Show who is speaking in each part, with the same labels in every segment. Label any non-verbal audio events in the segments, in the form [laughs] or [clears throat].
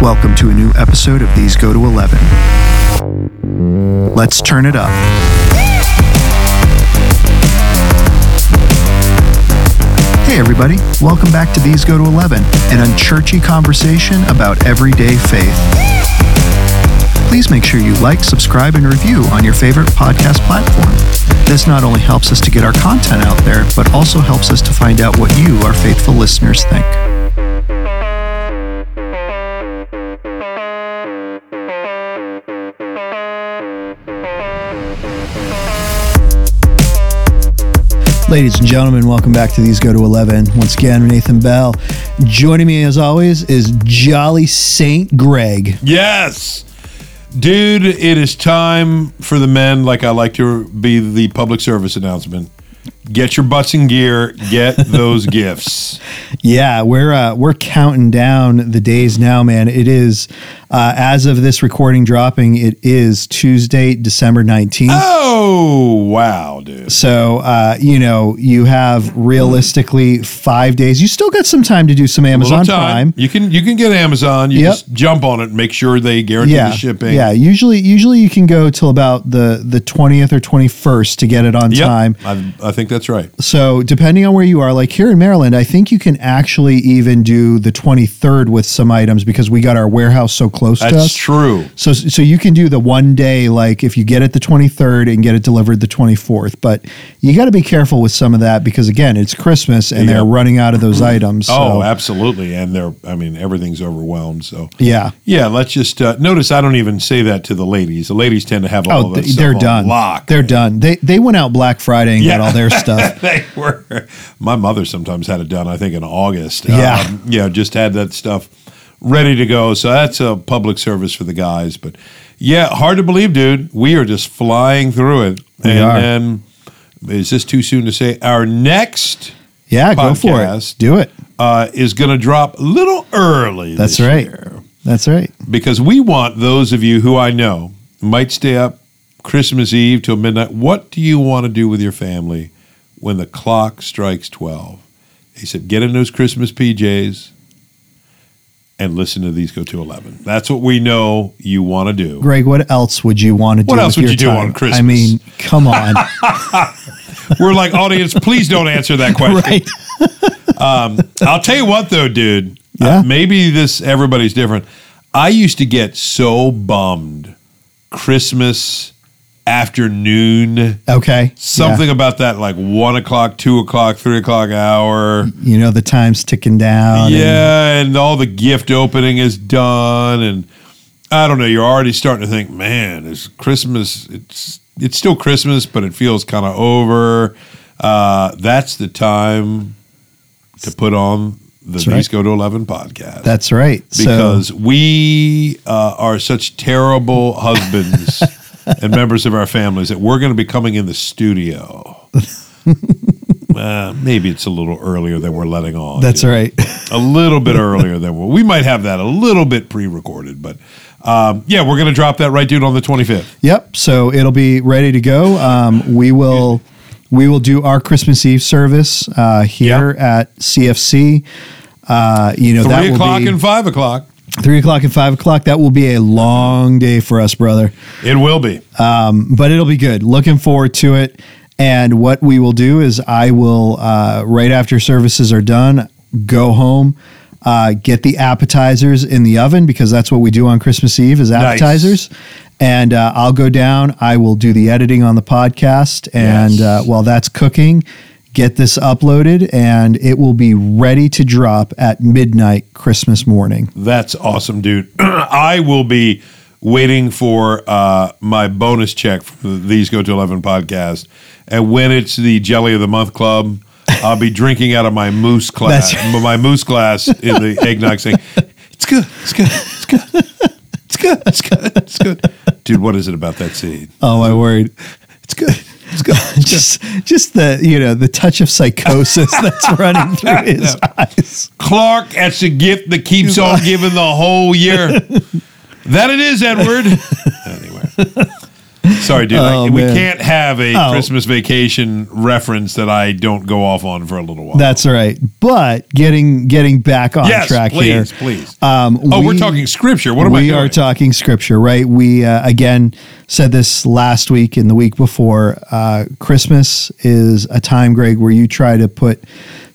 Speaker 1: Welcome to a new episode of These Go to 11. Let's turn it up. Hey, everybody. Welcome back to These Go to 11, an unchurchy conversation about everyday faith. Please make sure you like, subscribe, and review on your favorite podcast platform. This not only helps us to get our content out there, but also helps us to find out what you, our faithful listeners, think. Ladies and gentlemen, welcome back to These Go to 11. Once again, Nathan Bell. Joining me, as always, is Jolly Saint Greg.
Speaker 2: Yes. Dude, it is time for the men, like I like to be the public service announcement. Get your butts in gear,
Speaker 1: [laughs]
Speaker 2: get those gifts.
Speaker 1: Yeah, we're uh, we're counting down the days now, man. It is uh, as of this recording dropping, it is Tuesday, December nineteenth.
Speaker 2: Oh wow, dude!
Speaker 1: So uh, you know you have realistically five days. You still got some time to do some Amazon
Speaker 2: Little time.
Speaker 1: Prime.
Speaker 2: You can you can get Amazon. You
Speaker 1: Yep.
Speaker 2: just jump on it. and Make sure they guarantee
Speaker 1: Yeah,
Speaker 2: the shipping.
Speaker 1: yeah. Usually, usually you can go till about the the twentieth or twenty first to get it on
Speaker 2: Yep.
Speaker 1: time.
Speaker 2: I, I think that's right.
Speaker 1: So depending on where you are, like here in Maryland, I think you can actually even do the 23rd with some items because we got our warehouse so close to
Speaker 2: That's
Speaker 1: us.
Speaker 2: true.
Speaker 1: So so you can do the one day like if you get it the 23rd and get it delivered the 24th, but you got to be careful with some of that because again, it's Christmas and they're
Speaker 2: Yeah.
Speaker 1: running out of those items. So,
Speaker 2: Oh, absolutely. And they're I mean everything's overwhelmed. So
Speaker 1: yeah.
Speaker 2: yeah, let's just uh, notice. I don't even say that to the ladies. The ladies tend to have all
Speaker 1: Oh,
Speaker 2: that
Speaker 1: th-
Speaker 2: stuff
Speaker 1: they're
Speaker 2: on
Speaker 1: done.
Speaker 2: Lock.
Speaker 1: They're done. They they went out Black Friday and got
Speaker 2: Yeah.
Speaker 1: all their stuff.
Speaker 2: [laughs] they were. My mother sometimes had it done. I think in August.
Speaker 1: Yeah.
Speaker 2: um, you know, just had that stuff ready to go. So that's a public service for the guys. But yeah, hard to believe, dude. We are just flying through it.
Speaker 1: We
Speaker 2: and
Speaker 1: are.
Speaker 2: then, is this too soon to say? Our next
Speaker 1: Yeah, go for it.
Speaker 2: Podcast.
Speaker 1: Do it.
Speaker 2: uh, is going to drop a little early.
Speaker 1: That's
Speaker 2: this
Speaker 1: right.
Speaker 2: year.
Speaker 1: That's right.
Speaker 2: because we want those of you who I know might stay up Christmas Eve till midnight. What do you want to do with your family when the clock strikes 12? He said, get in those Christmas PJs and listen to these go to 11. That's what we know you want to do.
Speaker 1: Greg, what else would you want to do?
Speaker 2: What else
Speaker 1: with
Speaker 2: would
Speaker 1: your
Speaker 2: you do on
Speaker 1: time? I
Speaker 2: Christmas?
Speaker 1: mean, come
Speaker 2: [laughs]
Speaker 1: on,
Speaker 2: We're like, audience, please don't answer that
Speaker 1: [laughs]
Speaker 2: question.
Speaker 1: right?
Speaker 2: I'll tell you what, though, dude. Uh,
Speaker 1: Yeah.
Speaker 2: maybe this everybody's different. I used to get so bummed Christmas afternoon.
Speaker 1: Okay,
Speaker 2: Something about that, like one o'clock, two o'clock, three o'clock hour.
Speaker 1: Yeah. You know, the time's ticking down. and-
Speaker 2: yeah, and all the gift opening is done, and I don't know. You're already starting to think, man, it's Christmas. It's it's still Christmas, but it feels kind of over. Uh, that's the time to put on the
Speaker 1: That's
Speaker 2: These
Speaker 1: right.
Speaker 2: Go to Eleven podcast
Speaker 1: that's right. so,
Speaker 2: because we uh, are such
Speaker 1: [laughs]
Speaker 2: terrible husbands and members of our families that we're going to be coming in the studio. Uh, maybe it's a little earlier than we're letting on.
Speaker 1: that's right. [laughs]
Speaker 2: A little bit earlier than we're, we might have that a little bit pre-recorded, but um, yeah, we're going to drop that right, dude, on the 25th.
Speaker 1: yep. So it'll be ready to go. Um, we will we will do our Christmas Eve service uh, here at CFC. Uh, you know, that
Speaker 2: Three
Speaker 1: will
Speaker 2: o'clock
Speaker 1: be
Speaker 2: and five o'clock.
Speaker 1: three o'clock and five o'clock. That will be a long day for us, brother.
Speaker 2: It will be.
Speaker 1: but it'll be good. Looking forward to it. And what we will do is I will uh, right after services are done, go home, uh, get the appetizers in the oven because that's what we do on Christmas Eve is appetizers. And uh, I'll go down. I will do the editing on the podcast, and
Speaker 2: Yes.
Speaker 1: uh, while that's cooking, get this uploaded, and it will be ready to drop at midnight Christmas morning.
Speaker 2: That's awesome, dude. [clears throat] I will be waiting for uh, my bonus check for the These Go to 11 podcast. And when it's the Jelly of the Month Club, I'll be drinking out of my moose glass,
Speaker 1: That's
Speaker 2: my moose glass in the eggnog saying, it's good, it's good, it's good. It's good. It's good. It's good. Dude, what is it about that seed?
Speaker 1: Oh my word!
Speaker 2: It's good. It's [laughs] good.
Speaker 1: just just the you know the touch of
Speaker 2: [laughs]
Speaker 1: psychosis that's running through his eyes.
Speaker 2: Clark, that's a gift that keeps on
Speaker 1: [laughs]
Speaker 2: giving the whole year. that it is, Edward. anyway. Sorry, dude. I-
Speaker 1: Oh,
Speaker 2: we
Speaker 1: man.
Speaker 2: can't have a
Speaker 1: Oh.
Speaker 2: Christmas vacation reference that I don't go off on for a little while.
Speaker 1: That's right. But getting getting back on
Speaker 2: yes,
Speaker 1: track
Speaker 2: please,
Speaker 1: here.
Speaker 2: please.
Speaker 1: Um,
Speaker 2: oh, we, are
Speaker 1: we-
Speaker 2: talking scripture. What am I
Speaker 1: we
Speaker 2: doing?
Speaker 1: are talking scripture, right? We uh, again said this last week and the week before. Uh, Christmas is a time, Greg, where you try to put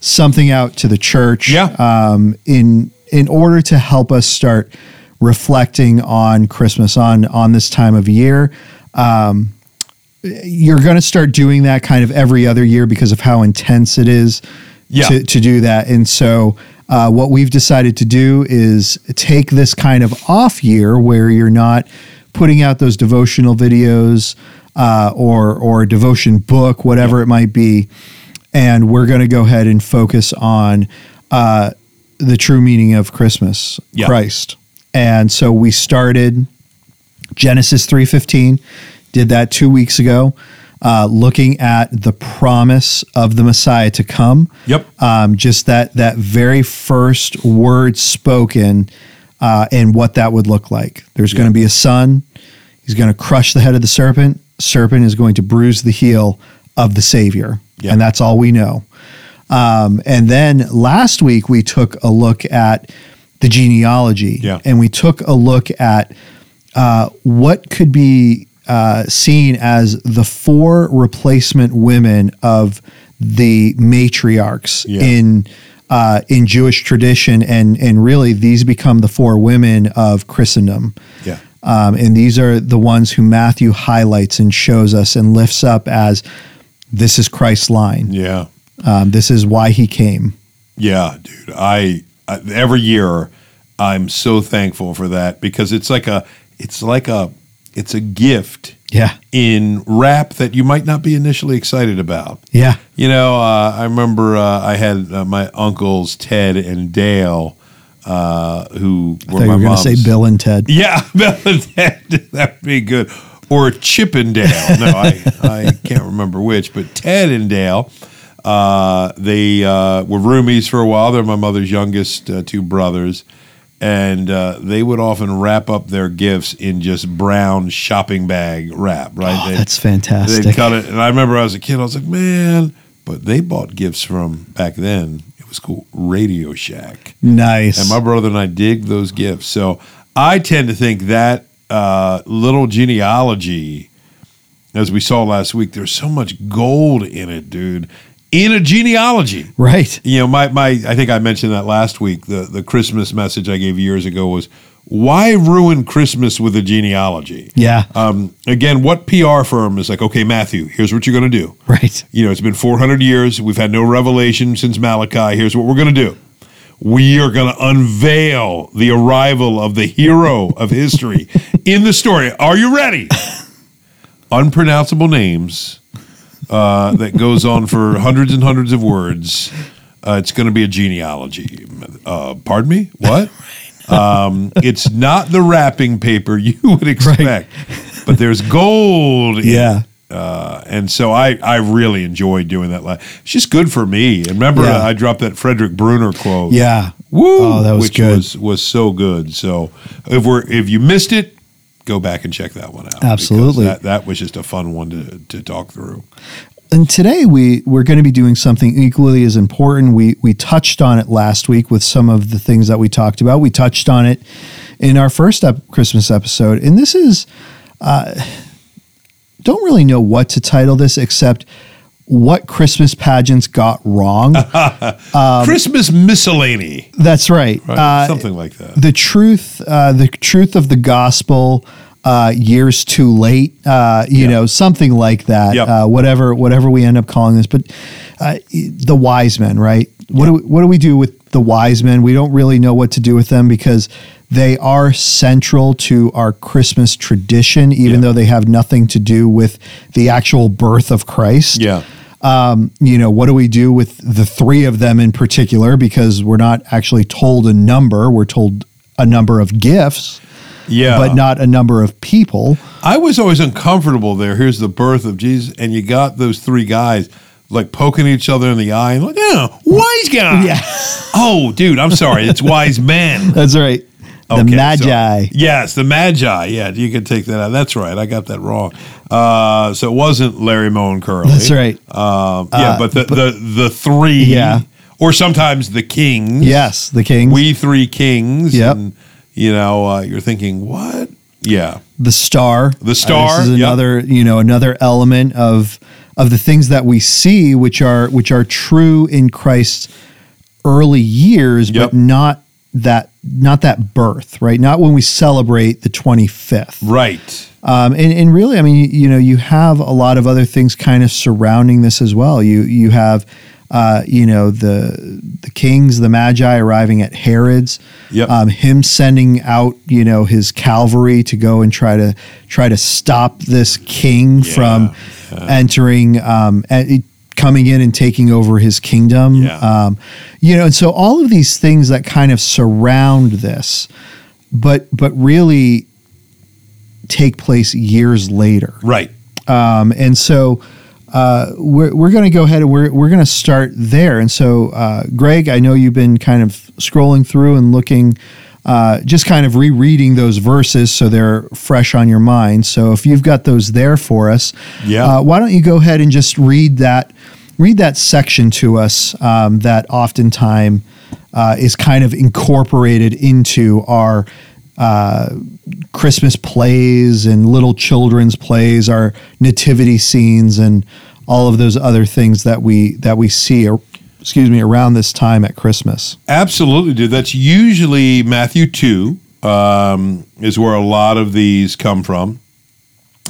Speaker 1: something out to the church,
Speaker 2: Yeah.
Speaker 1: um, in in order to help us start reflecting on Christmas on on this time of year. Um, you're going to start doing that kind of every other year because of how intense it is
Speaker 2: Yeah.
Speaker 1: to, to do that. And so, uh, what we've decided to do is take this kind of off year where you're not putting out those devotional videos uh, or or a devotion book, whatever it might be, and we're going to go ahead and focus on uh, the true meaning of Christmas,
Speaker 2: Yeah.
Speaker 1: Christ. And so we started Genesis three fifteen, did that two weeks ago. Uh, looking at the promise of the Messiah to come,
Speaker 2: Yep.
Speaker 1: um, just that that very first word spoken uh, and what that would look like. There's going to be a son. He's going to crush the head of the serpent. Serpent is going to bruise the heel of the Savior,
Speaker 2: Yeah.
Speaker 1: and that's all we know. Um, and then last week we took a look at the genealogy,
Speaker 2: Yeah.
Speaker 1: and we took a look at uh, what could be uh, seen as the four replacement women of the matriarchs
Speaker 2: Yeah.
Speaker 1: in uh, in Jewish tradition, and and really these become the four women of Christendom.
Speaker 2: yeah.
Speaker 1: Um, and these are the ones who Matthew highlights and shows us and lifts up as this is Christ's line.
Speaker 2: Yeah.
Speaker 1: Um, this is why he came.
Speaker 2: Yeah, dude. I, I every year I'm so thankful for that because it's like a it's like a it's a gift
Speaker 1: Yeah.
Speaker 2: in rap that you might not be initially excited about.
Speaker 1: Yeah.
Speaker 2: You know, uh, I remember uh, I had uh, my uncles Ted and Dale, uh, who
Speaker 1: I
Speaker 2: were
Speaker 1: thought you
Speaker 2: my
Speaker 1: were going to
Speaker 2: mom's.
Speaker 1: say Bill and Ted.
Speaker 2: [laughs] Yeah, Bill and Ted. [laughs] That'd be good. Or Chippendale. No, I, I can't remember which, but Ted and Dale, uh, they uh, were roomies for a while. They're my mother's youngest uh, two brothers. And uh, they would often wrap up their gifts in just brown shopping bag wrap, right?
Speaker 1: Oh,
Speaker 2: They'd-
Speaker 1: that's
Speaker 2: They'd
Speaker 1: fantastic.
Speaker 2: cut it. And I remember as a kid, I was like, man, but they bought gifts from back then. It was called Radio Shack.
Speaker 1: Nice.
Speaker 2: And my brother and I dig those gifts. So I tend to think that uh, little genealogy, as we saw last week, there's so much gold in it, dude. In a genealogy.
Speaker 1: right.
Speaker 2: You know, my, my I think I mentioned that last week. The the Christmas message I gave years ago was why ruin Christmas with a genealogy?
Speaker 1: Yeah.
Speaker 2: Um, again, what PR firm is like, okay, Matthew, here's what you're going to do
Speaker 1: Right.
Speaker 2: you know, it's been 400 years. We've had no revelation since Malachi. Here's what we're going to do we are going to unveil the arrival of the hero of history in the story. Are you ready? Unpronounceable names uh, that goes on for hundreds and hundreds of words. Uh, it's going to be a genealogy. Uh, pardon me? What? Um, it's not the wrapping paper you would expect, but there's gold in
Speaker 1: Yeah.
Speaker 2: uh, and so I, I really enjoy doing that. la- It's just good for me. And remember,
Speaker 1: Yeah.
Speaker 2: I dropped that Frederick Bruner quote.
Speaker 1: Yeah.
Speaker 2: Woo!
Speaker 1: Oh, that was
Speaker 2: which
Speaker 1: good.
Speaker 2: Was, was so good. So if we're if you missed it, go back and check that one out. because
Speaker 1: Absolutely.
Speaker 2: That, that was just a fun one to, to talk through.
Speaker 1: And today we we're going to be doing something equally as important. We we touched on it last week with some of the things that we talked about. We touched on it in our first ep- Christmas episode, and this is uh, don't really know what to title this except what Christmas pageants got
Speaker 2: [laughs]
Speaker 1: wrong.
Speaker 2: Christmas miscellany.
Speaker 1: That's right.
Speaker 2: Right?
Speaker 1: Um, Uh,
Speaker 2: Something like that.
Speaker 1: the truth, uh, the truth of the gospel, uh, years too late, uh, you know, something like that.
Speaker 2: Yep.
Speaker 1: Uh, whatever, whatever we end up calling this, but uh, the wise men, right? What do we, what do we do with the wise men? We don't really know what to do with them because they are central to our Christmas tradition, even
Speaker 2: Yeah.
Speaker 1: though they have nothing to do with the actual birth of Christ
Speaker 2: Yeah.
Speaker 1: you know, what do we do with the three of them in particular? Because we're not actually told a number, we're told a number of gifts,
Speaker 2: Yeah.
Speaker 1: but not a number of people.
Speaker 2: I was always uncomfortable there. Here's the birth of Jesus, and you got those three guys like poking each other in the eye and like, oh, wise guy.
Speaker 1: Yeah. [laughs]
Speaker 2: Oh, dude, I'm sorry. It's wise man.
Speaker 1: That's right. The
Speaker 2: Okay, so-
Speaker 1: Magi.
Speaker 2: yes, the Magi. Yeah, you can take that out. That's right. I got that wrong. Uh, so it wasn't Larry Moe and Curly.
Speaker 1: That's right.
Speaker 2: Um, yeah,
Speaker 1: Uh,
Speaker 2: but, the, the the three.
Speaker 1: Yeah.
Speaker 2: Or sometimes the kings.
Speaker 1: Yes, the Kings.
Speaker 2: We three kings.
Speaker 1: Yep.
Speaker 2: And, you know, uh, you're thinking what? Yeah.
Speaker 1: the star.
Speaker 2: The star,
Speaker 1: this is
Speaker 2: yep.
Speaker 1: another, you know, another element of of the things that we see, which are which are true in Christ's early years,
Speaker 2: Yep.
Speaker 1: but not that not that birth, right? Not when we celebrate the twenty fifth.
Speaker 2: Right.
Speaker 1: Um, and, and really, I mean, you, you know, you have a lot of other things kind of surrounding this as well. You you have, uh, you know, the the kings, the magi arriving at Herod's,
Speaker 2: Yep.
Speaker 1: um, him sending out, you know, his cavalry to go and try to try to stop this king
Speaker 2: Yeah,
Speaker 1: from entering, um, and coming in and taking over his kingdom.
Speaker 2: Yeah.
Speaker 1: Um, you know, and so all of these things that kind of surround this, but but really take place years later.
Speaker 2: Right.
Speaker 1: Um, and so uh, we're, we're going to go ahead and we're, we're going to start there. And so, uh, Greg, I know you've been kind of scrolling through and looking, uh, just kind of rereading those verses so they're fresh on your mind. So if you've got those there for us,
Speaker 2: Yeah.
Speaker 1: uh, why don't you go ahead and just read that, read that section to us um, that oftentimes uh, is kind of incorporated into our uh, Christmas plays and little children's plays, our nativity scenes, and all of those other things that we that we see, or, excuse me, around this time at Christmas.
Speaker 2: Absolutely, dude. That's usually Matthew 2 um, is where a lot of these come from.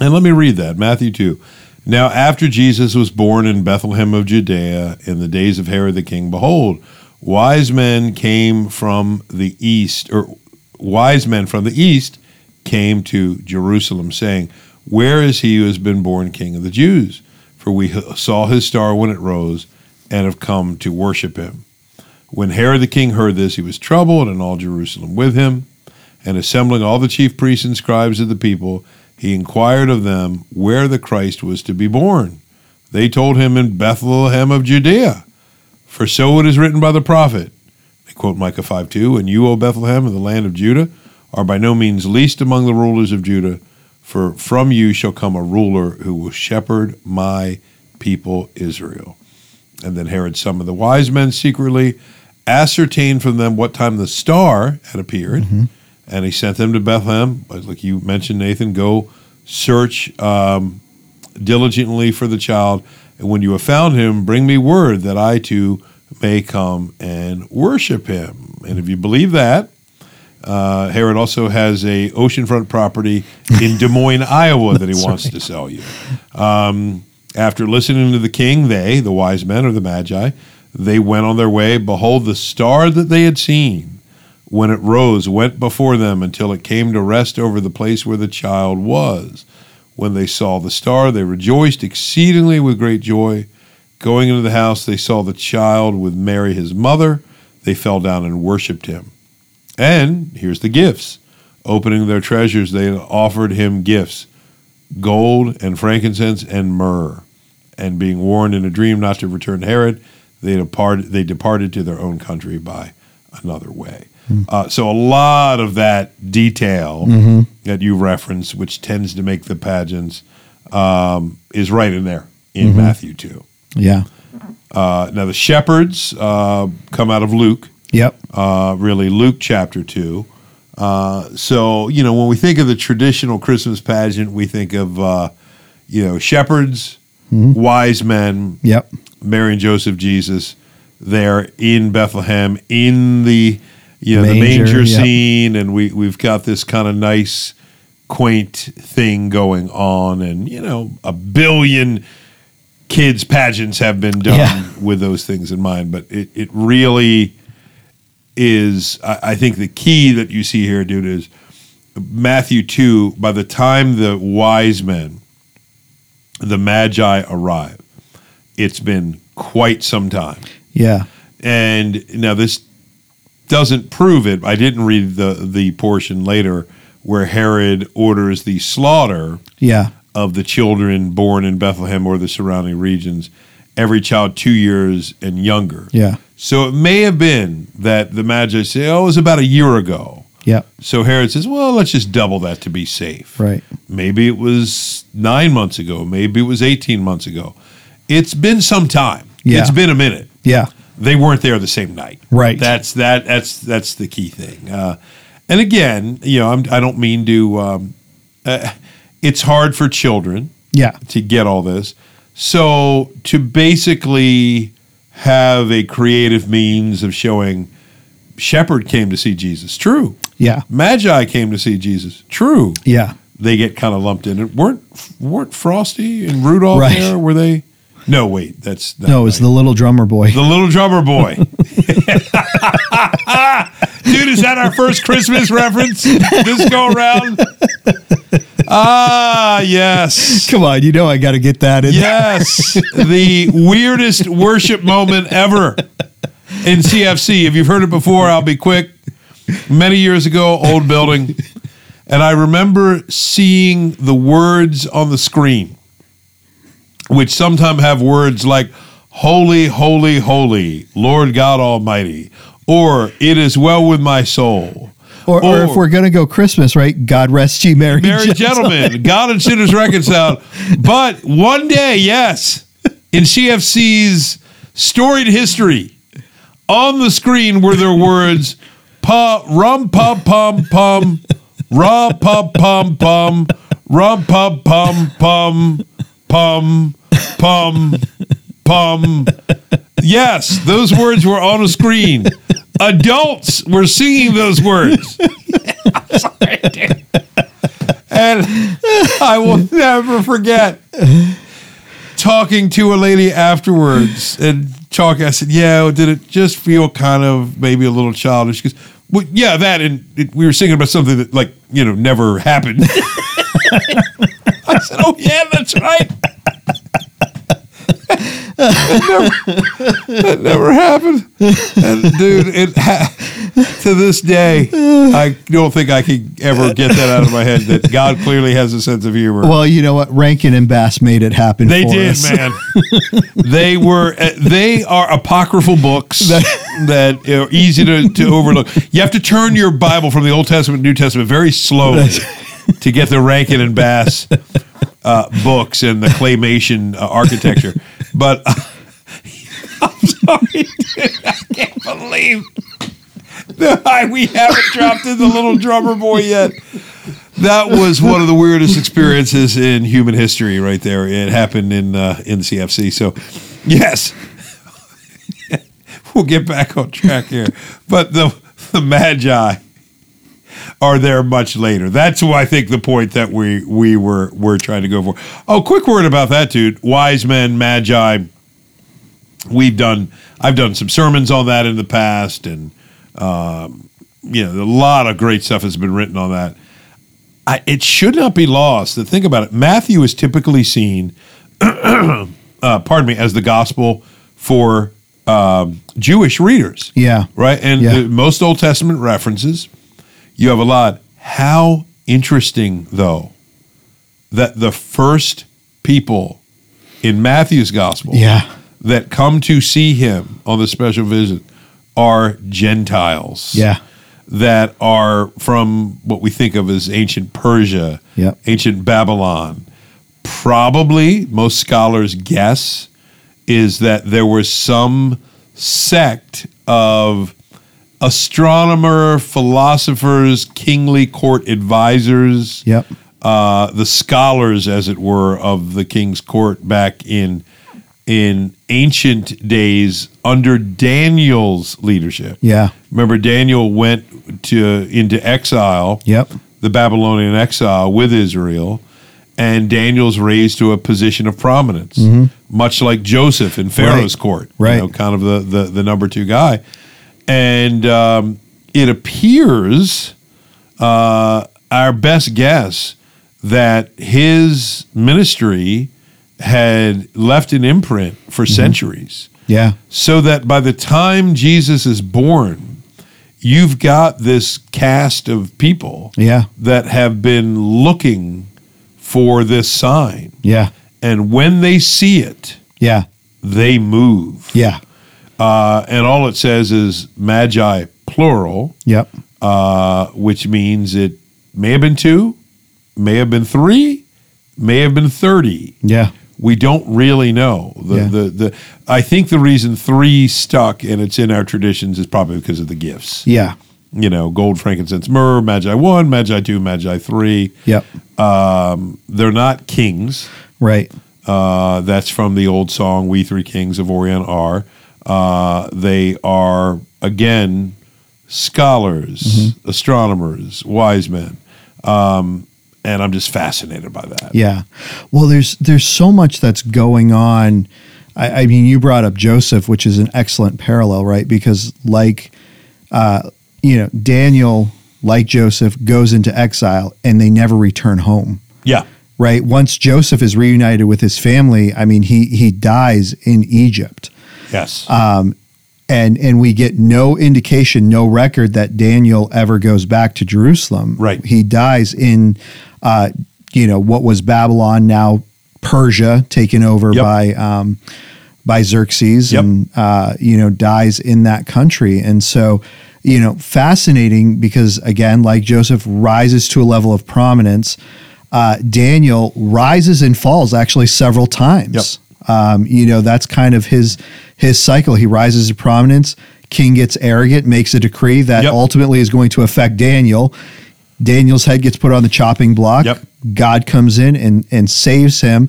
Speaker 2: And let me read that Matthew 2. Now, after Jesus was born in Bethlehem of Judea in the days of Herod the king, behold, wise men came from the east, or wise men from the east came to Jerusalem, saying, Where is he who has been born king of the Jews? For we saw his star when it rose and have come to worship him. When Herod the king heard this, he was troubled, and all Jerusalem with him. And assembling all the chief priests and scribes of the people, he inquired of them where the Christ was to be born. They told him in Bethlehem of Judea, for so it is written by the prophet. They quote Micah 5 2, And you, O Bethlehem, of the land of Judah, are by no means least among the rulers of Judah, for from you shall come a ruler who will shepherd my people Israel. And then Herod summoned the wise men secretly ascertained from them what time the star had appeared, and he sent them to Bethlehem. But Like you mentioned, Nathan, go search um, diligently for the child, and when you have found him, bring me word that I too may come and worship him. And if you believe that, uh, Herod also has a oceanfront property in Des Moines, Iowa, that he wants to sell you. Um, after listening to the king, they, the wise men or the magi, they went on their way. Behold, the star that they had seen when it rose went before them until it came to rest over the place where the child was. When they saw the star, they rejoiced exceedingly with great joy. Going into the house, they saw the child with Mary, his mother. They fell down and worshipped him. And here's the gifts. Opening their treasures, they offered him gifts gold and frankincense and myrrh. And being warned in a dream not to return to Herod, they departed, they departed to their own country by another way. Uh, so, a lot of that detail that you reference, which tends to make the pageants, um, is right in there in Matthew 2.
Speaker 1: Yeah.
Speaker 2: Uh, now, the shepherds uh, come out of Luke
Speaker 1: Yep.
Speaker 2: uh, really Luke chapter 2. Uh, so, you know, when we think of the traditional Christmas pageant, we think of, uh, you know, shepherds, wise men,
Speaker 1: Yep.
Speaker 2: Mary and Joseph, Jesus, there in Bethlehem in the, you know, the
Speaker 1: Manger,
Speaker 2: manger
Speaker 1: yeah.
Speaker 2: scene. And we, we've got this kind of nice, quaint thing going on. And, you know, a billion kids' pageants have been done
Speaker 1: Yeah.
Speaker 2: with those things in mind. But it, it really is I, I think the key that you see here, dude, is Matthew two. By the time the wise men, the magi arrive, it's been quite some time.
Speaker 1: Yeah.
Speaker 2: And now this doesn't prove it. I didn't read the the portion later where Herod orders the slaughter
Speaker 1: Yeah.
Speaker 2: of the children born in Bethlehem or the surrounding regions, every child two years and younger.
Speaker 1: Yeah.
Speaker 2: So it may have been that the Magi say, oh, it was about a year ago.
Speaker 1: Yep.
Speaker 2: So Herod says, well, let's just double that to be safe.
Speaker 1: Right.
Speaker 2: Maybe it was nine months ago. Maybe it was 18 months ago. It's been some time.
Speaker 1: Yeah.
Speaker 2: It's been a minute.
Speaker 1: Yeah.
Speaker 2: They weren't there the same night.
Speaker 1: Right.
Speaker 2: That's that. That's that's the key thing. Uh, and again, you know, I'm, I don't mean to. Um, uh, it's hard for children
Speaker 1: Yeah.
Speaker 2: to get all this. So to basically have a creative means of showing shepherd came to see Jesus, true.
Speaker 1: Yeah.
Speaker 2: Magi came to see Jesus, true.
Speaker 1: Yeah.
Speaker 2: They get kind of lumped in. And weren't weren't Frosty and Rudolph
Speaker 1: Right.
Speaker 2: there? Were they? No, wait, that's not
Speaker 1: No, it was
Speaker 2: right.
Speaker 1: the little drummer boy.
Speaker 2: the little drummer boy. Dude, is that our first Christmas reference this go around? Ah, yes.
Speaker 1: [laughs] Come on, you know I got to get that in.
Speaker 2: Yes, the weirdest worship moment ever in CFC. If you've heard it before, I'll be quick. Many years ago, old building, and I remember seeing the words on the screen, which sometimes have words like "Holy, holy, holy, Lord God Almighty," or "It is well with my soul."
Speaker 1: Or, or, if
Speaker 2: Or-
Speaker 1: we're going to go Christmas, right? God rest ye, merry,
Speaker 2: married
Speaker 1: gentlemen.
Speaker 2: gentlemen, God and sinners reconciled. But one day, yes, in CFC's storied history, on the screen were their words "pa rum pum pum pum ra pum pum pum rum pum pum pum pum pum pum." Yes, those words were on a screen. Adults were singing those words. And I will never forget talking to a lady afterwards and talking. I said, Yeah, well, did it just feel kind of maybe a little childish? Because, well, yeah, that. And it, we were singing about something that, like, you know, never happened. [laughs] I said, Oh, yeah, that's right. that, never, that never happened. And, dude, it. Ha- to this day, I don't think I could ever get that out of my head that God clearly has a sense of humor.
Speaker 1: Well, you know what? Rankin and Bass made it happen.
Speaker 2: they
Speaker 1: for
Speaker 2: did,
Speaker 1: us.
Speaker 2: man. [laughs] they were. Uh, they are apocryphal books that are easy to, to overlook. You have to turn your Bible from the Old Testament to New Testament very slowly to get the Rankin and Bass uh, books and the claymation uh, architecture. But uh, [laughs] I'm sorry, dude. I can't believe that we haven't dropped in the little drummer boy yet. That was one of the weirdest experiences in human history, right there. It happened in uh, in CFC. So, yes, [laughs] we'll get back on track here. But the the Magi are there much later. That's who I think the point that we we were were trying to go for. Oh, quick word about that, dude. Wise men, Magi. We've done. I've done some sermons on that in the past, and um, you know, a lot of great stuff has been written on that. I, it should not be lost that think about it. Matthew is typically seen, [clears throat] uh, pardon me, as the gospel for um, Jewish readers
Speaker 1: Yeah.
Speaker 2: right? And
Speaker 1: Yeah.
Speaker 2: the, most Old Testament references, you have a lot. How interesting, though, that the first people in Matthew's gospel
Speaker 1: Yeah.
Speaker 2: that come to see him on the special visit are Gentiles
Speaker 1: Yeah.
Speaker 2: that are from what we think of as ancient Persia,
Speaker 1: Yep.
Speaker 2: ancient Babylon. Probably, most scholars guess, is that there was some sect of astronomer, philosophers, kingly court advisors,
Speaker 1: Yep.
Speaker 2: uh, the scholars, as it were, of the king's court back in in ancient days under Daniel's leadership.
Speaker 1: Yeah.
Speaker 2: Remember, Daniel went to into exile,
Speaker 1: Yep.
Speaker 2: the Babylonian exile with Israel, and Daniel's raised to a position of prominence, much like Joseph in Pharaoh's
Speaker 1: Mm-hmm. Right.
Speaker 2: court,
Speaker 1: Right.
Speaker 2: You know, kind of the the, the number two guy, and um, it appears uh, our best guess that his ministry had left an imprint for
Speaker 1: Mm-hmm.
Speaker 2: centuries
Speaker 1: Yeah.
Speaker 2: so that by the time Jesus is born, you've got this cast of people
Speaker 1: Yeah.
Speaker 2: that have been looking for this sign.
Speaker 1: Yeah.
Speaker 2: And when they see it,
Speaker 1: Yeah.
Speaker 2: they move.
Speaker 1: Yeah.
Speaker 2: Uh, and all it says is magi, plural,
Speaker 1: Yep.
Speaker 2: uh, which means it may have been two, may have been three, may have been 30.
Speaker 1: Yeah.
Speaker 2: We don't really know. The,
Speaker 1: Yeah.
Speaker 2: the, the, I think the reason three stuck and it's in our traditions is probably because of the gifts.
Speaker 1: Yeah.
Speaker 2: You know, gold, frankincense, myrrh, Magi 1, Magi 2, Magi 3.
Speaker 1: Yep.
Speaker 2: Um, they're not kings.
Speaker 1: Right.
Speaker 2: Uh, that's from the old song "We Three Kings of Orient Are." Uh, they are again scholars,
Speaker 1: Mm-hmm.
Speaker 2: astronomers, wise men, um, and I'm just fascinated by that.
Speaker 1: Yeah. Well, there's there's so much that's going on. I, I mean, you brought up Joseph, which is an excellent parallel, right? Because like, uh, you know, Daniel, like Joseph, goes into exile and they never return home,
Speaker 2: Yeah,
Speaker 1: right? Once Joseph is reunited with his family, I mean, he he dies in Egypt,
Speaker 2: yes,
Speaker 1: Uh, and and we get no indication, no record that Daniel ever goes back to Jerusalem.
Speaker 2: Right.
Speaker 1: he dies in, uh, you know, what was Babylon now Persia, taken over
Speaker 2: Yep.
Speaker 1: by um, by Xerxes,
Speaker 2: Yep.
Speaker 1: and uh, you know, dies in that country, and so. You know, fascinating because again, like Joseph rises to a level of prominence, uh, Daniel rises and falls actually several times.
Speaker 2: Yep.
Speaker 1: Um, you know, that's kind of his his cycle. He rises to prominence. King gets arrogant, makes a decree that
Speaker 2: Yep.
Speaker 1: ultimately is going to affect Daniel. Daniel's head gets put on the chopping block.
Speaker 2: Yep.
Speaker 1: God comes in and and saves him.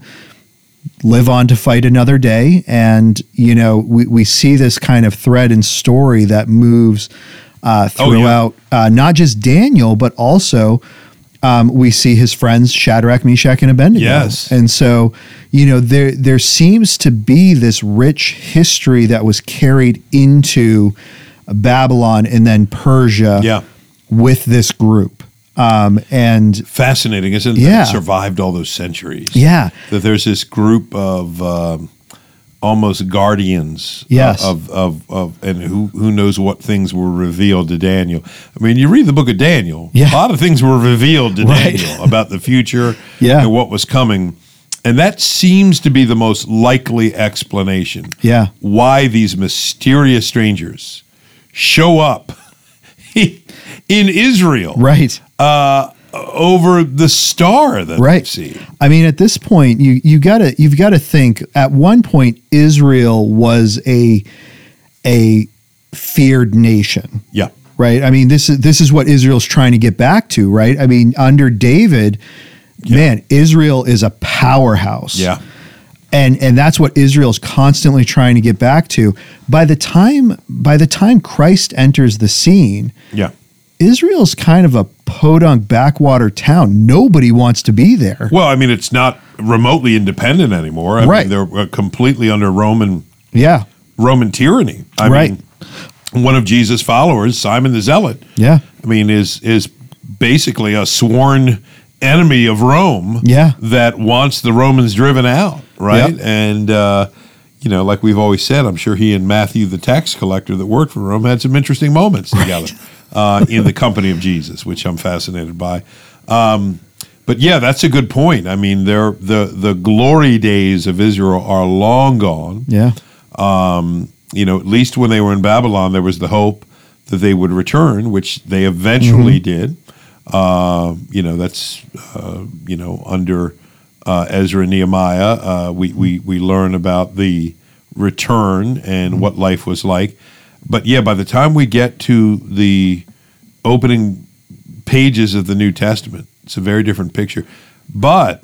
Speaker 1: Live on to fight another day, and you know we, we see this kind of thread and story that moves uh,
Speaker 2: Oh, yeah.
Speaker 1: throughout uh, not just Daniel but also um, we see his friends Shadrach, Meshach, and Abednego.
Speaker 2: Yes.
Speaker 1: And so, you know, there there seems to be this rich history that was carried into Babylon and then Persia
Speaker 2: yeah,
Speaker 1: with this group. Um, and
Speaker 2: fascinating, isn't it? that
Speaker 1: Yeah.
Speaker 2: it survived all those centuries.
Speaker 1: yeah,
Speaker 2: that there's this group of um, almost guardians uh,
Speaker 1: Yes.
Speaker 2: of, of, of and who, who knows what things were revealed to Daniel. I mean, you read the book of Daniel,
Speaker 1: Yeah.
Speaker 2: a lot of things were revealed
Speaker 1: [laughs]
Speaker 2: to
Speaker 1: Right.
Speaker 2: Daniel about the future
Speaker 1: Yeah.
Speaker 2: and what was coming. And that seems to be the most likely explanation
Speaker 1: yeah,
Speaker 2: why these mysterious strangers show up [laughs] in Israel
Speaker 1: right.
Speaker 2: uh, over the star that
Speaker 1: Right.
Speaker 2: they've seen.
Speaker 1: I mean, at this point, you you gotta you've got to think. At one point, Israel was a a feared nation.
Speaker 2: Yeah.
Speaker 1: right? I mean, this is this is what Israel's trying to get back to, right? I mean, under David, man, Israel is a powerhouse.
Speaker 2: Yeah.
Speaker 1: And and that's what Israel's constantly trying to get back to. By the time by the time Christ enters the scene,
Speaker 2: Yeah.
Speaker 1: Israel's kind of a podunk backwater town. Nobody wants to be there.
Speaker 2: Well, I mean, it's not remotely independent anymore. I
Speaker 1: Right.
Speaker 2: Mean, they're uh, completely under Roman
Speaker 1: Yeah.
Speaker 2: Roman tyranny. I
Speaker 1: Right.
Speaker 2: mean, one of Jesus' followers, Simon the Zealot.
Speaker 1: Yeah.
Speaker 2: I mean, is is basically a sworn enemy of Rome.
Speaker 1: Yeah.
Speaker 2: That wants the Romans driven out. Right.
Speaker 1: Yep.
Speaker 2: And uh, you know, like we've always said, I'm sure he and Matthew, the tax collector that worked for Rome, had some interesting moments together uh, in the company of Jesus, which I'm fascinated by. Um, But yeah, that's a good point. I mean, they're, the the glory days of Israel are long gone.
Speaker 1: Yeah.
Speaker 2: You know, at least when they were in Babylon, there was the hope that they would return, which they eventually
Speaker 1: Mm-hmm.
Speaker 2: did. Uh, you know, that's uh, you know under uh, Ezra and Nehemiah, uh, we we we learn about the return and what life was like. But yeah, by the time we get to the opening pages of the New Testament. It's a very different picture. But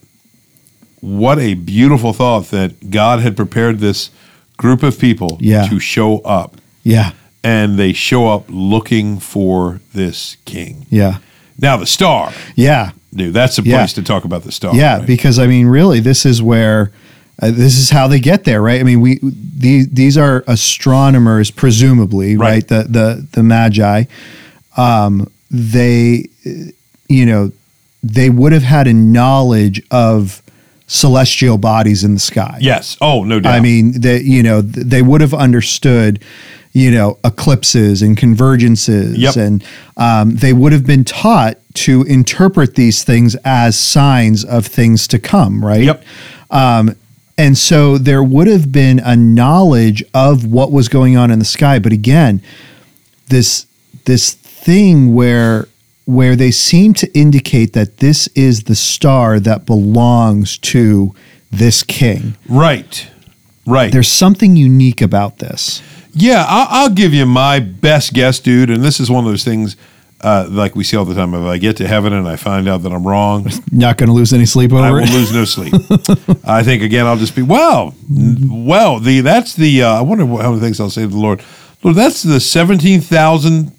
Speaker 2: what a beautiful thought that God had prepared this group of people
Speaker 1: Yeah.
Speaker 2: to show up.
Speaker 1: Yeah.
Speaker 2: And they show up looking for this king.
Speaker 1: Yeah.
Speaker 2: Now, the star,
Speaker 1: Yeah.
Speaker 2: dude, that's the place
Speaker 1: Yeah.
Speaker 2: to talk about the star.
Speaker 1: yeah
Speaker 2: Oh, right?
Speaker 1: because i mean really this is where uh, this is how they get there right i mean we these these are astronomers presumably right,
Speaker 2: Right.
Speaker 1: the the the magi um they uh, you know they would have had a knowledge of celestial bodies in the sky
Speaker 2: yes. Oh, no doubt.
Speaker 1: I mean, that you know, th- they would have understood, you know, eclipses and convergences,
Speaker 2: Yep.
Speaker 1: and um, they would have been taught to interpret these things as signs of things to come, right?
Speaker 2: Yep.
Speaker 1: And so there would have been a knowledge of what was going on in the sky, but again, this this thing where where they seem to indicate that this is the star that belongs to this king.
Speaker 2: Right. Right.
Speaker 1: There's something unique about this.
Speaker 2: Yeah, I'll, I'll give you my best guess, dude. And this is one of those things, uh, like we see all the time. If I get to heaven and I find out that I'm wrong,
Speaker 1: Not going to lose any sleep
Speaker 2: I
Speaker 1: over
Speaker 2: will
Speaker 1: it.
Speaker 2: lose no sleep. I think again, I'll just be wow, n- well. The that's the uh, I wonder wh- how many things I'll say to the Lord. Lord, that's the seventeen thousand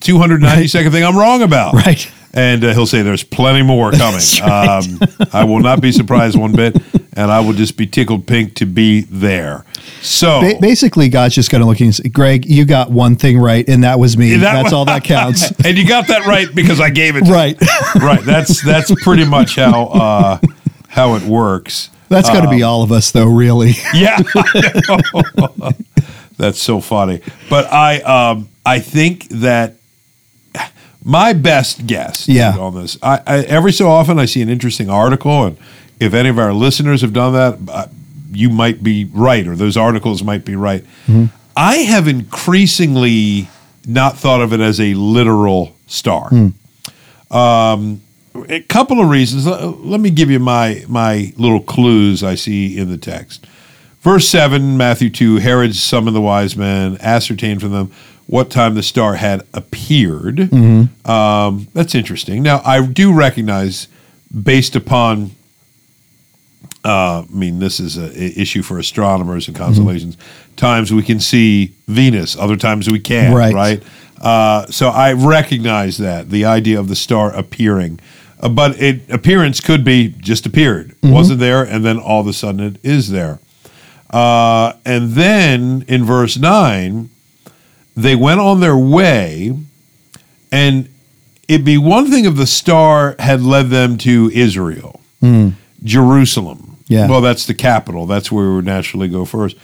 Speaker 2: two hundred ninety second thing I'm wrong about.
Speaker 1: Right.
Speaker 2: And uh, he'll say, "There's plenty more coming."
Speaker 1: That's right.
Speaker 2: um, I will not be surprised one bit, and I will just be tickled pink to be there.
Speaker 1: [laughs]
Speaker 2: So
Speaker 1: Ba- basically, God's just going to look and say, Greg, you got one thing right, and that was me.
Speaker 2: That
Speaker 1: That's
Speaker 2: was-
Speaker 1: all
Speaker 2: [laughs]
Speaker 1: that counts.
Speaker 2: and you got that right because I gave it. to you.
Speaker 1: right. [laughs]
Speaker 2: right. That's that's pretty much how uh, how it works.
Speaker 1: That's got
Speaker 2: Uh,
Speaker 1: to be all of us, though, really. [laughs]
Speaker 2: Yeah. [laughs] I know. That's so funny. But I um I think that my best guess
Speaker 1: Yeah.
Speaker 2: on this. I, I every so often I see an interesting article and if any of our listeners have done that, uh, you might be right or those articles might be right. I have increasingly not thought of it as a literal star. Um, a couple of reasons. L- Let me give you my my little clues I see in the text. Verse 7, Matthew 2 Herod summoned the wise men, ascertained from them what time the star had appeared. Um, that's interesting. Now, I do recognize, based upon, uh, I mean, this is an issue for astronomers and constellations, times we can see Venus, other times we can't,
Speaker 1: Right.
Speaker 2: right? Uh, so I recognize that, the idea of the star appearing. Uh, but it appearance could be just appeared, wasn't there, and then all of a sudden it is there. Uh, and then in verse 9, they went on their way, and it'd be one thing if the star had led them to Israel, Jerusalem.
Speaker 1: Hmm. Yeah.
Speaker 2: Well, that's the capital. That's where we would naturally go first.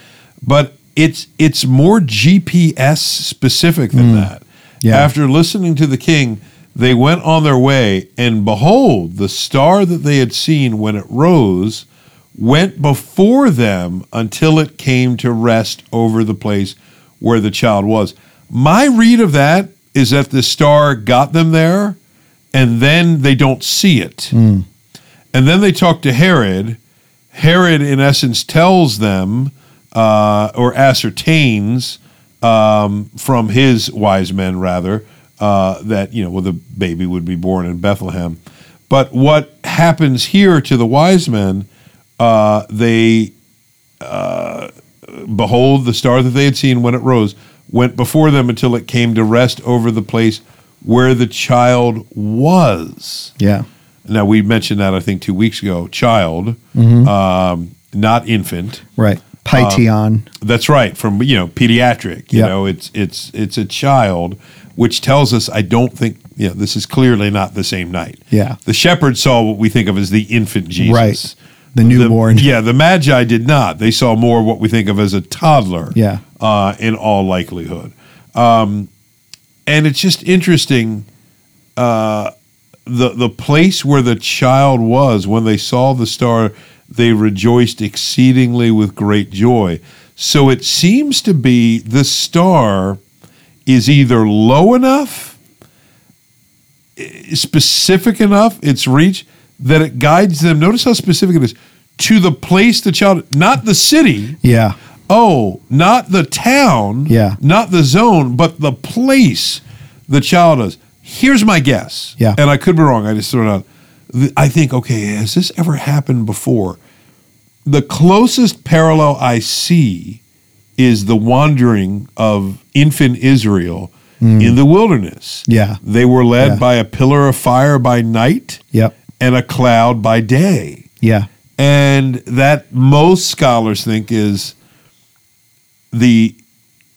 Speaker 2: But it's it's more GPS specific than that.
Speaker 1: Yeah.
Speaker 2: After listening to the king, they went on their way, and behold, the star that they had seen when it rose went before them until it came to rest over the place where the child was. My read of that is that the star got them there and then they don't see it.
Speaker 1: Hmm.
Speaker 2: And then they talk to Herod. Herod, in essence, tells them uh, or ascertains um, from his wise men, rather, uh, that, you know, well, the baby would be born in Bethlehem. But what happens here to the wise men, uh, they uh, behold the star that they had seen when it rose, went before them until it came to rest over the place where the child was.
Speaker 1: Yeah.
Speaker 2: Now we mentioned that I think two weeks ago. Child,
Speaker 1: Mm-hmm.
Speaker 2: um, not infant.
Speaker 1: Right. Pytheon.
Speaker 2: That's right. From you know pediatric. You
Speaker 1: Yeah.
Speaker 2: know it's it's it's a child, which tells us I don't think you know this is clearly not the same night.
Speaker 1: Yeah.
Speaker 2: The shepherd saw what we think of as the infant Jesus.
Speaker 1: Right. The newborn.
Speaker 2: yeah, the Magi did not. They saw more what we think of as a toddler.
Speaker 1: Yeah.
Speaker 2: uh, in all likelihood. Um, and it's just interesting uh, the the place where the child was when they saw the star, they rejoiced exceedingly with great joy. So it seems to be the star is either low enough, i- specific enough, its reach that it guides them. Notice how specific it is to the place the child, not the city.
Speaker 1: Yeah.
Speaker 2: Oh, not the town,
Speaker 1: Yeah.
Speaker 2: not the zone, but the place the child is. Here's my guess,
Speaker 1: Yeah.
Speaker 2: and I could be wrong. I just threw it out. Th- I think, okay, has this ever happened before? The closest parallel I see is the wandering of infant Israel in the wilderness.
Speaker 1: Yeah.
Speaker 2: They were led
Speaker 1: Hmm. Yeah.
Speaker 2: by a pillar of fire by night
Speaker 1: Yep.
Speaker 2: and a cloud by day.
Speaker 1: Yeah.
Speaker 2: And that most scholars think is the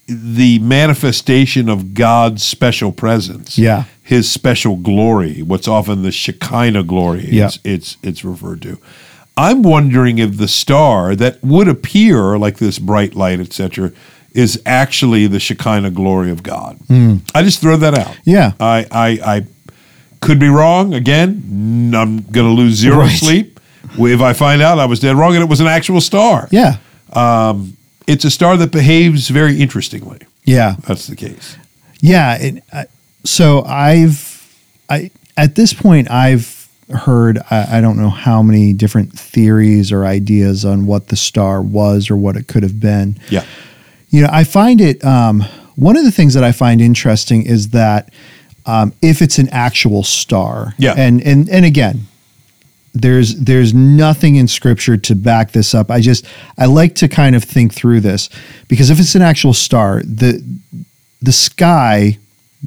Speaker 2: the manifestation of God's special presence.
Speaker 1: Yeah.
Speaker 2: His special glory, what's often the Shekinah glory
Speaker 1: Yeah.
Speaker 2: it's, it's it's referred to. I'm wondering if the star that would appear like this bright light, etc., is actually the Shekinah glory of God. I just throw that out.
Speaker 1: Hmm. Yeah.
Speaker 2: I, I, I could be wrong again. n- I'm going to lose zero
Speaker 1: Right.
Speaker 2: sleep if I find out I was dead wrong and it was an actual star.
Speaker 1: Yeah.
Speaker 2: It's a star that behaves very interestingly.
Speaker 1: Yeah.
Speaker 2: That's the case.
Speaker 1: Yeah. It, I, so I've I at this point I've heard I, I don't know how many different theories or ideas on what the star was or what it could have been.
Speaker 2: Yeah.
Speaker 1: You know, I find it um, one of the things that I find interesting is that um, if it's an actual star,
Speaker 2: Yeah.
Speaker 1: and and and again, there's there's nothing in scripture to back this up. I just I like to kind of think through this because if it's an actual star, the the sky,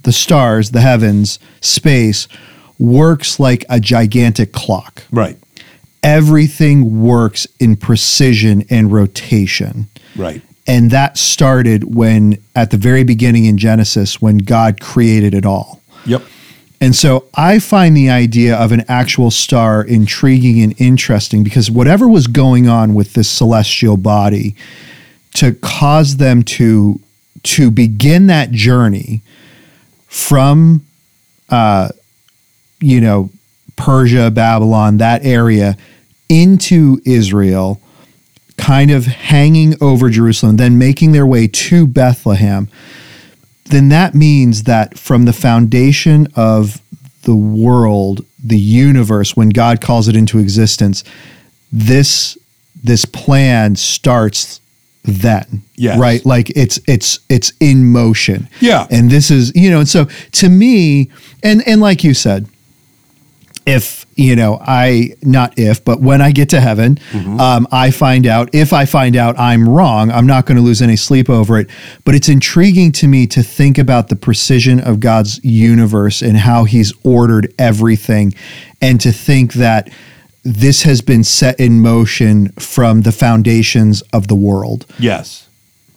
Speaker 1: the stars, the heavens, space works like a gigantic clock
Speaker 2: Right.
Speaker 1: everything works in precision and rotation.
Speaker 2: Right.
Speaker 1: And that started when, at the very beginning in Genesis, when God created it all.
Speaker 2: Yep.
Speaker 1: And so I find the idea of an actual star intriguing and interesting because whatever was going on with this celestial body to cause them to to begin that journey from uh you know Persia, Babylon, that area into Israel kind of hanging over Jerusalem, then making their way to Bethlehem then that means that from the foundation of the world, the universe, when God calls it into existence, this this plan starts then.
Speaker 2: Yes.
Speaker 1: Right? Like it's it's it's in motion.
Speaker 2: Yeah.
Speaker 1: And this is, you know, and so to me, and and like you said, if you know i not if but when i get to heaven um, i find out if i find out i'm wrong i'm not going to lose any sleep over it but it's intriguing to me to think about the precision of god's universe and how he's ordered everything and to think that this has been set in motion from the foundations of the world
Speaker 2: Yes.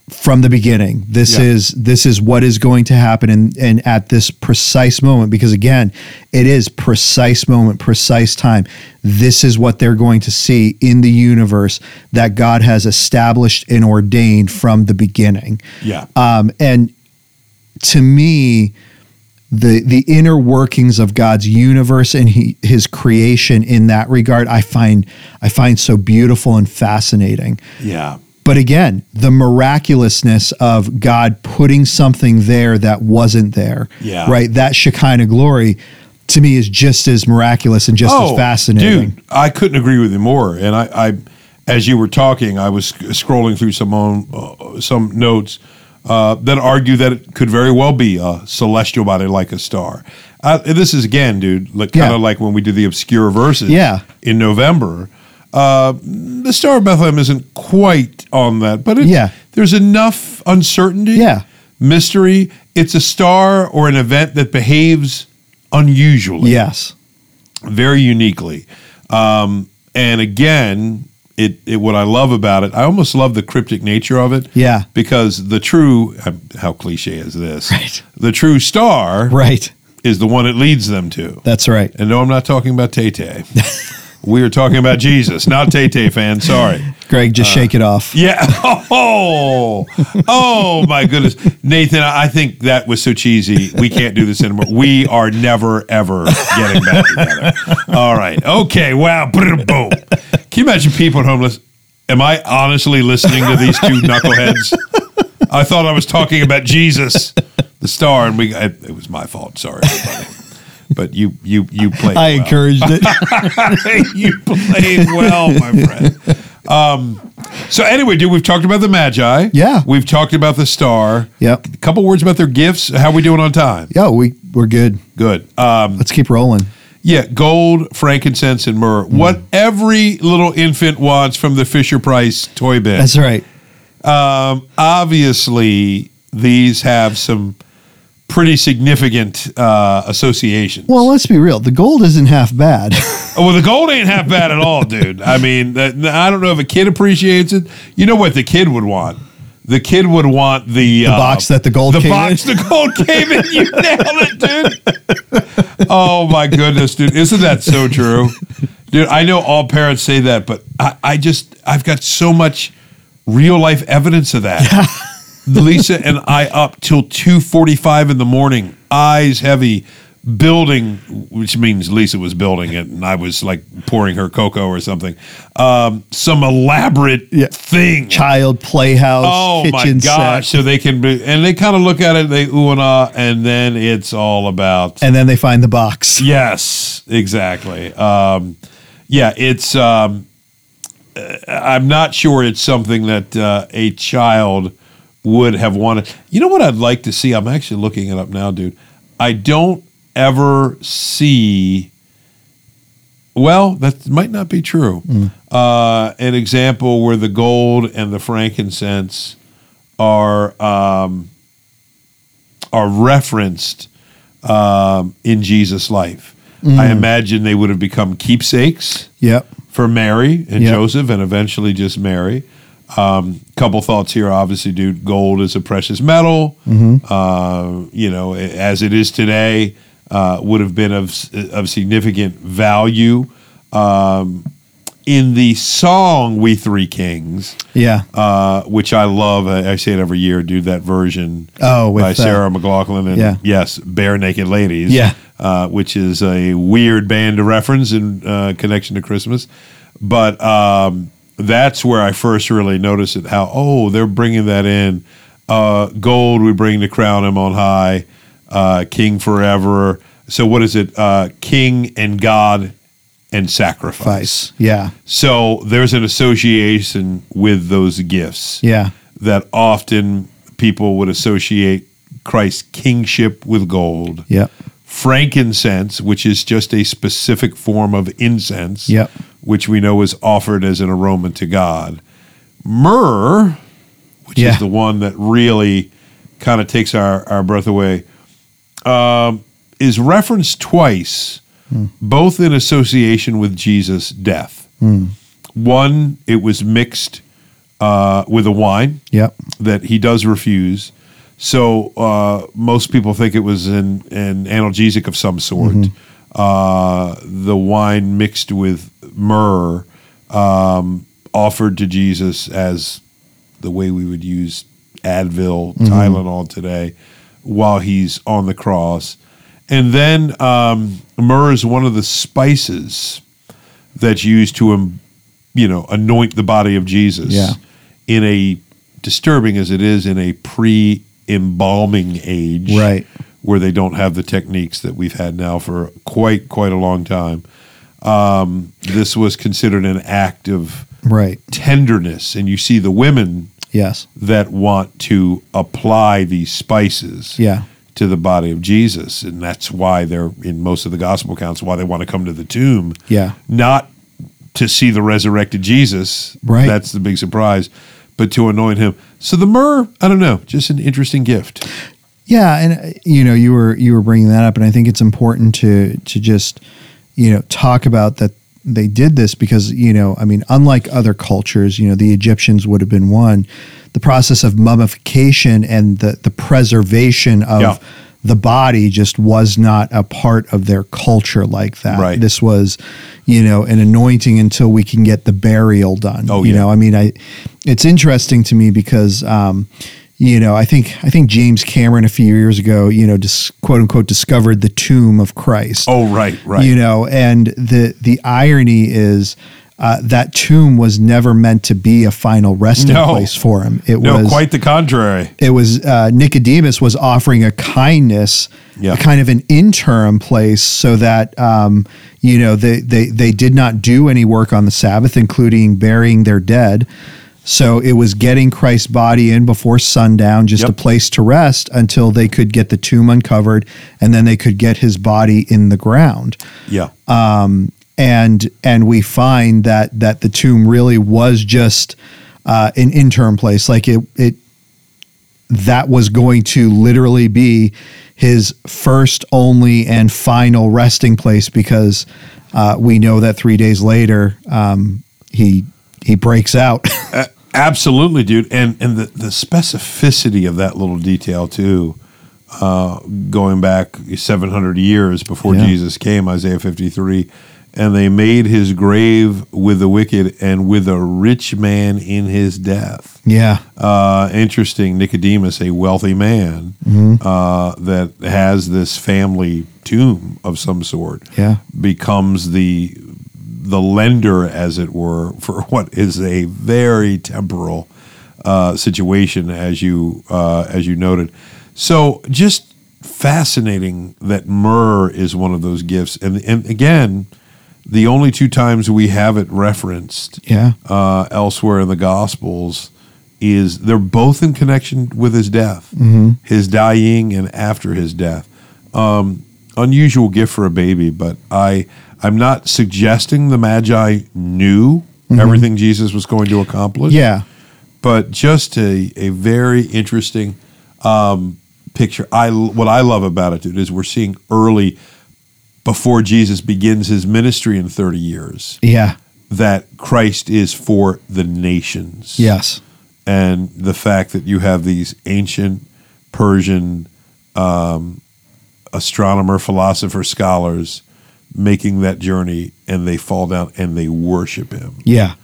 Speaker 1: from the beginning. This
Speaker 2: Yeah.
Speaker 1: is this is what is going to happen and and at this precise moment because again, it is precise moment, precise time. This is what they're going to see in the universe that God has established and ordained from the beginning.
Speaker 2: Yeah.
Speaker 1: Um, and to me, the the inner workings of God's universe and he, His creation in that regard, I find I find so beautiful and fascinating.
Speaker 2: Yeah.
Speaker 1: But again, the miraculousness of God putting something there that wasn't there,
Speaker 2: Yeah.
Speaker 1: right? That Shekinah glory to me is just as miraculous and just as fascinating.
Speaker 2: Oh, Dude, I couldn't agree with you more. And I, I as you were talking, I was sc- scrolling through some own, uh, some notes uh, that argue that it could very well be a celestial body like a star. Uh, this is again, dude, like, kind
Speaker 1: Yeah.
Speaker 2: of like when we did the obscure verses
Speaker 1: Yeah.
Speaker 2: in November. Uh, the Star of Bethlehem isn't quite on that, but it,
Speaker 1: Yeah.
Speaker 2: there's enough uncertainty,
Speaker 1: Yeah.
Speaker 2: mystery. It's a star or an event that behaves unusually
Speaker 1: Yes.
Speaker 2: very uniquely. Um, and again, it, it what I love about it, I almost love the cryptic nature of it.
Speaker 1: Yeah.
Speaker 2: Because the true, um, how cliche is this?
Speaker 1: Right.
Speaker 2: The true star
Speaker 1: Right.
Speaker 2: is the one it leads them to.
Speaker 1: That's right.
Speaker 2: And no, I'm not talking about Tay Tay. we are talking about Jesus, not Tay Tay fan. Sorry.
Speaker 1: Greg, just shake it off.
Speaker 2: Uh, Yeah. [laughs] Oh, oh my goodness. Nathan, I I think that was so cheesy. We can't do this anymore. We are never, ever getting back together. All right. Okay. Wow. Brr, Boom. Can you imagine people at home listen? Am I honestly listening to these two knuckleheads? I thought I was talking about Jesus, the star, and we, it, it was my fault. Sorry, everybody. But you, you, you played.
Speaker 1: I
Speaker 2: well.
Speaker 1: encouraged
Speaker 2: [laughs]
Speaker 1: it.
Speaker 2: you played well, my friend. Um, so anyway, dude, we've talked about the Magi.
Speaker 1: Yeah.
Speaker 2: we've talked about the star.
Speaker 1: Yep.
Speaker 2: A couple words about their gifts. How we doing on time?
Speaker 1: Yo, we we're good.
Speaker 2: Good. Um,
Speaker 1: Let's keep rolling.
Speaker 2: yeah, gold, frankincense, and
Speaker 1: Mm.
Speaker 2: myrrh. What every little infant wants from the Fisher Price toy bin.
Speaker 1: That's right.
Speaker 2: Um, obviously, these have some pretty significant uh, associations.
Speaker 1: Well, let's be real. The gold isn't half bad.
Speaker 2: [laughs] Well, the gold ain't half bad at all, dude. I mean, that, I don't know if a kid appreciates it. You know what the kid would want? The kid would want the, the
Speaker 1: box that the gold
Speaker 2: the
Speaker 1: came
Speaker 2: box the gold came in.
Speaker 1: [laughs]
Speaker 2: You nailed it, dude. Oh my goodness, dude! Isn't that so true, dude? I know all parents say that, but I, I just I've got so much real life evidence of that. Lisa and I up till two forty five in the morning, eyes heavy, building, which means Lisa was building it, and I was like pouring her cocoa or something. Um, some elaborate
Speaker 1: Yeah.
Speaker 2: thing.
Speaker 1: Child playhouse,
Speaker 2: Oh my
Speaker 1: kitchen
Speaker 2: gosh!
Speaker 1: set.
Speaker 2: So they can be, and they kind of look at it, they ooh and ah, and then it's all about
Speaker 1: And then they find the box.
Speaker 2: Yes, exactly. Um, yeah, it's. Um, uh, I'm not sure it's something that uh, a child would have wanted. You know what I'd like to see? I'm actually looking it up now, dude. I don't ever see. Well, that might not be true. Uh, an example where the gold and the frankincense are um, are referenced um, in Jesus' life. I imagine they would have become keepsakes
Speaker 1: Yep.
Speaker 2: for Mary and
Speaker 1: Yeah.
Speaker 2: Joseph, and eventually just Mary. Um, couple thoughts here, obviously, dude. Gold is a precious metal. Uh, you know, a- as it is today, uh, would have been of s- of significant value. Um, in the song "We Three Kings,"
Speaker 1: Yeah.
Speaker 2: uh, which I love, I, I say it every year, dude. That version
Speaker 1: Oh, with
Speaker 2: by
Speaker 1: uh,
Speaker 2: Sarah McLaughlin and
Speaker 1: yeah.
Speaker 2: yes, Bare Naked Ladies.
Speaker 1: Yeah.
Speaker 2: uh, which is a weird band to reference in uh, connection to Christmas, but um, that's where I first really noticed it. How oh, they're bringing that in. Uh, gold we bring to crown him on high, uh, King forever. So what is it? Uh, King and God and sacrifice.
Speaker 1: Vice. Yeah.
Speaker 2: So there's an association with those gifts
Speaker 1: Yeah.
Speaker 2: that often people would associate Christ's kingship with gold.
Speaker 1: Yep.
Speaker 2: Frankincense, which is just a specific form of incense,
Speaker 1: Yep.
Speaker 2: which we know is offered as an aroma to God. Myrrh, which
Speaker 1: Yeah.
Speaker 2: is the one that really kind of takes our, our breath away, um, is referenced twice,
Speaker 1: Hmm.
Speaker 2: both in association with Jesus' death.
Speaker 1: Hmm.
Speaker 2: One, it was mixed uh, with a wine
Speaker 1: Yep.
Speaker 2: that he does refuse. So uh, most people think it was an, an analgesic of some sort. Uh, the wine mixed with myrrh um, offered to Jesus as the way we would use Advil,
Speaker 1: Mm-hmm.
Speaker 2: Tylenol today, while he's on the cross. And then um, myrrh is one of the spices that's used to, um, you know, anoint the body of Jesus
Speaker 1: Yeah.
Speaker 2: in a disturbing as it is in a pre embalming age
Speaker 1: Right.
Speaker 2: where they don't have the techniques that we've had now for quite quite a long time um, this was considered an act of
Speaker 1: Right.
Speaker 2: tenderness and you see the women
Speaker 1: Yes.
Speaker 2: that want to apply these spices
Speaker 1: Yeah.
Speaker 2: to the body of Jesus and that's why they're in most of the gospel accounts why they want to come to the tomb
Speaker 1: Yeah.
Speaker 2: not to see the resurrected Jesus.
Speaker 1: Right.
Speaker 2: That's the big surprise, but to anoint him. So the myrrh, I don't know, just an interesting gift.
Speaker 1: Yeah, and uh, you know, you were you were bringing that up, and I think it's important to to just you know talk about that they did this because you know, I mean, unlike other cultures, you know, the Egyptians would have been one. The process of mummification and the the preservation of
Speaker 2: Yeah.
Speaker 1: the body just was not a part of their culture like that.
Speaker 2: Right.
Speaker 1: This was, you know, an anointing until we can get the burial done.
Speaker 2: Oh,
Speaker 1: you
Speaker 2: yeah.
Speaker 1: know, I mean, I it's interesting to me because um, you know, I think I think James Cameron a few years ago, you know, dis, quote unquote discovered the tomb of Christ.
Speaker 2: Oh, right, right.
Speaker 1: You know, and the the irony is uh, that tomb was never meant to be a final resting
Speaker 2: No.
Speaker 1: place for him. It
Speaker 2: no,
Speaker 1: was
Speaker 2: quite the contrary.
Speaker 1: it was uh, Nicodemus was offering a kindness,
Speaker 2: Yeah.
Speaker 1: kind of an interim place, so that um, you know they, they they did not do any work on the Sabbath, including burying their dead. So it was getting Christ's body in before sundown, just
Speaker 2: Yep.
Speaker 1: a place to rest until they could get the tomb uncovered, and then they could get his body in the ground
Speaker 2: Yeah.
Speaker 1: and and we find that that the tomb really was just uh, an interim place like it it that was going to literally be his first only and final resting place because uh, we know that three days later um, he he breaks out [laughs]
Speaker 2: Absolutely, dude. And and the, the specificity of that little detail too, uh, going back seven hundred years before
Speaker 1: Yeah.
Speaker 2: Jesus came, Isaiah fifty three, and they made his grave with the wicked and with a rich man in his death.
Speaker 1: Yeah.
Speaker 2: Uh, interesting, Nicodemus, a wealthy man
Speaker 1: Mhm.
Speaker 2: uh, that has this family tomb of some sort,
Speaker 1: Yeah.
Speaker 2: becomes the the lender, as it were, for [laughs] what is a very temporal uh, situation, as you uh, as you noted. So just fascinating that myrrh is one of those gifts, and and again, the only two times we have it referenced
Speaker 1: Yeah.
Speaker 2: uh, elsewhere in the Gospels is they're both in connection with his death, his dying, and after his death. Um, unusual gift for a baby, but I I'm not suggesting the Magi knew everything Jesus was going to accomplish.
Speaker 1: Yeah.
Speaker 2: but just a a very interesting um, picture. I what I love about it dude, is we're seeing early before Jesus begins his ministry in 30 years
Speaker 1: Yeah.
Speaker 2: that Christ is for the nations.
Speaker 1: Yes.
Speaker 2: And the fact that you have these ancient Persian um, astronomer, philosopher, scholars making that journey and they fall down and they worship him.
Speaker 1: Yeah.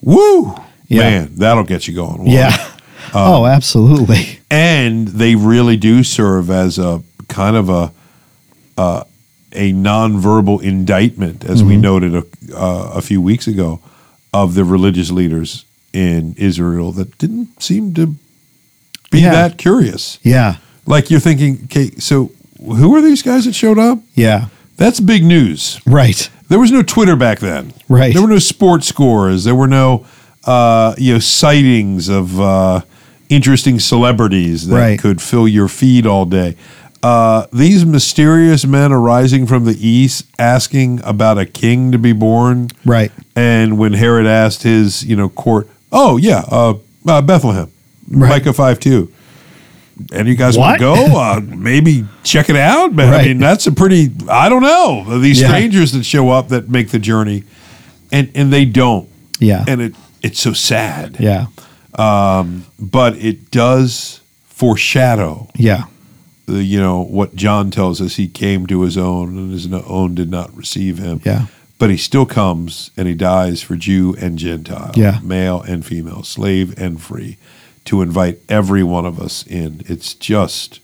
Speaker 2: Woo!
Speaker 1: Yeah.
Speaker 2: Man, that'll get you going. won't it?
Speaker 1: Yeah. [laughs] oh, absolutely.
Speaker 2: and they really do serve as a kind of a uh, a nonverbal indictment, as we noted a, uh, a few weeks ago, of the religious leaders in Israel that didn't seem to be
Speaker 1: Yeah.
Speaker 2: that curious.
Speaker 1: Yeah.
Speaker 2: Like you're thinking, okay, so who are these guys that showed up?
Speaker 1: Yeah.
Speaker 2: That's big news.
Speaker 1: Right.
Speaker 2: There was no Twitter back then.
Speaker 1: Right.
Speaker 2: There were no sports scores. There were no uh, you know sightings of uh, interesting celebrities that
Speaker 1: Right.
Speaker 2: could fill your feed all day. Uh, these mysterious men arising from the east, asking about a king to be born.
Speaker 1: Right.
Speaker 2: And when Herod asked his you know court, oh yeah, uh, uh, Bethlehem,
Speaker 1: Right.
Speaker 2: Micah five two. And you guys want to
Speaker 1: What? [laughs]
Speaker 2: go? Uh, maybe check it out. Man. I
Speaker 1: Right.
Speaker 2: mean, that's a pretty. I don't know these
Speaker 1: Yeah.
Speaker 2: strangers that show up that make the journey, and and they don't.
Speaker 1: Yeah.
Speaker 2: And it it's so sad.
Speaker 1: yeah.
Speaker 2: But it does foreshadow
Speaker 1: Yeah.
Speaker 2: the, you know what John tells us. He came to his own, and his own did not receive him.
Speaker 1: Yeah.
Speaker 2: But he still comes and he dies for Jew and Gentile,
Speaker 1: Yeah.
Speaker 2: male and female, slave and free, to invite every one of us in. It's just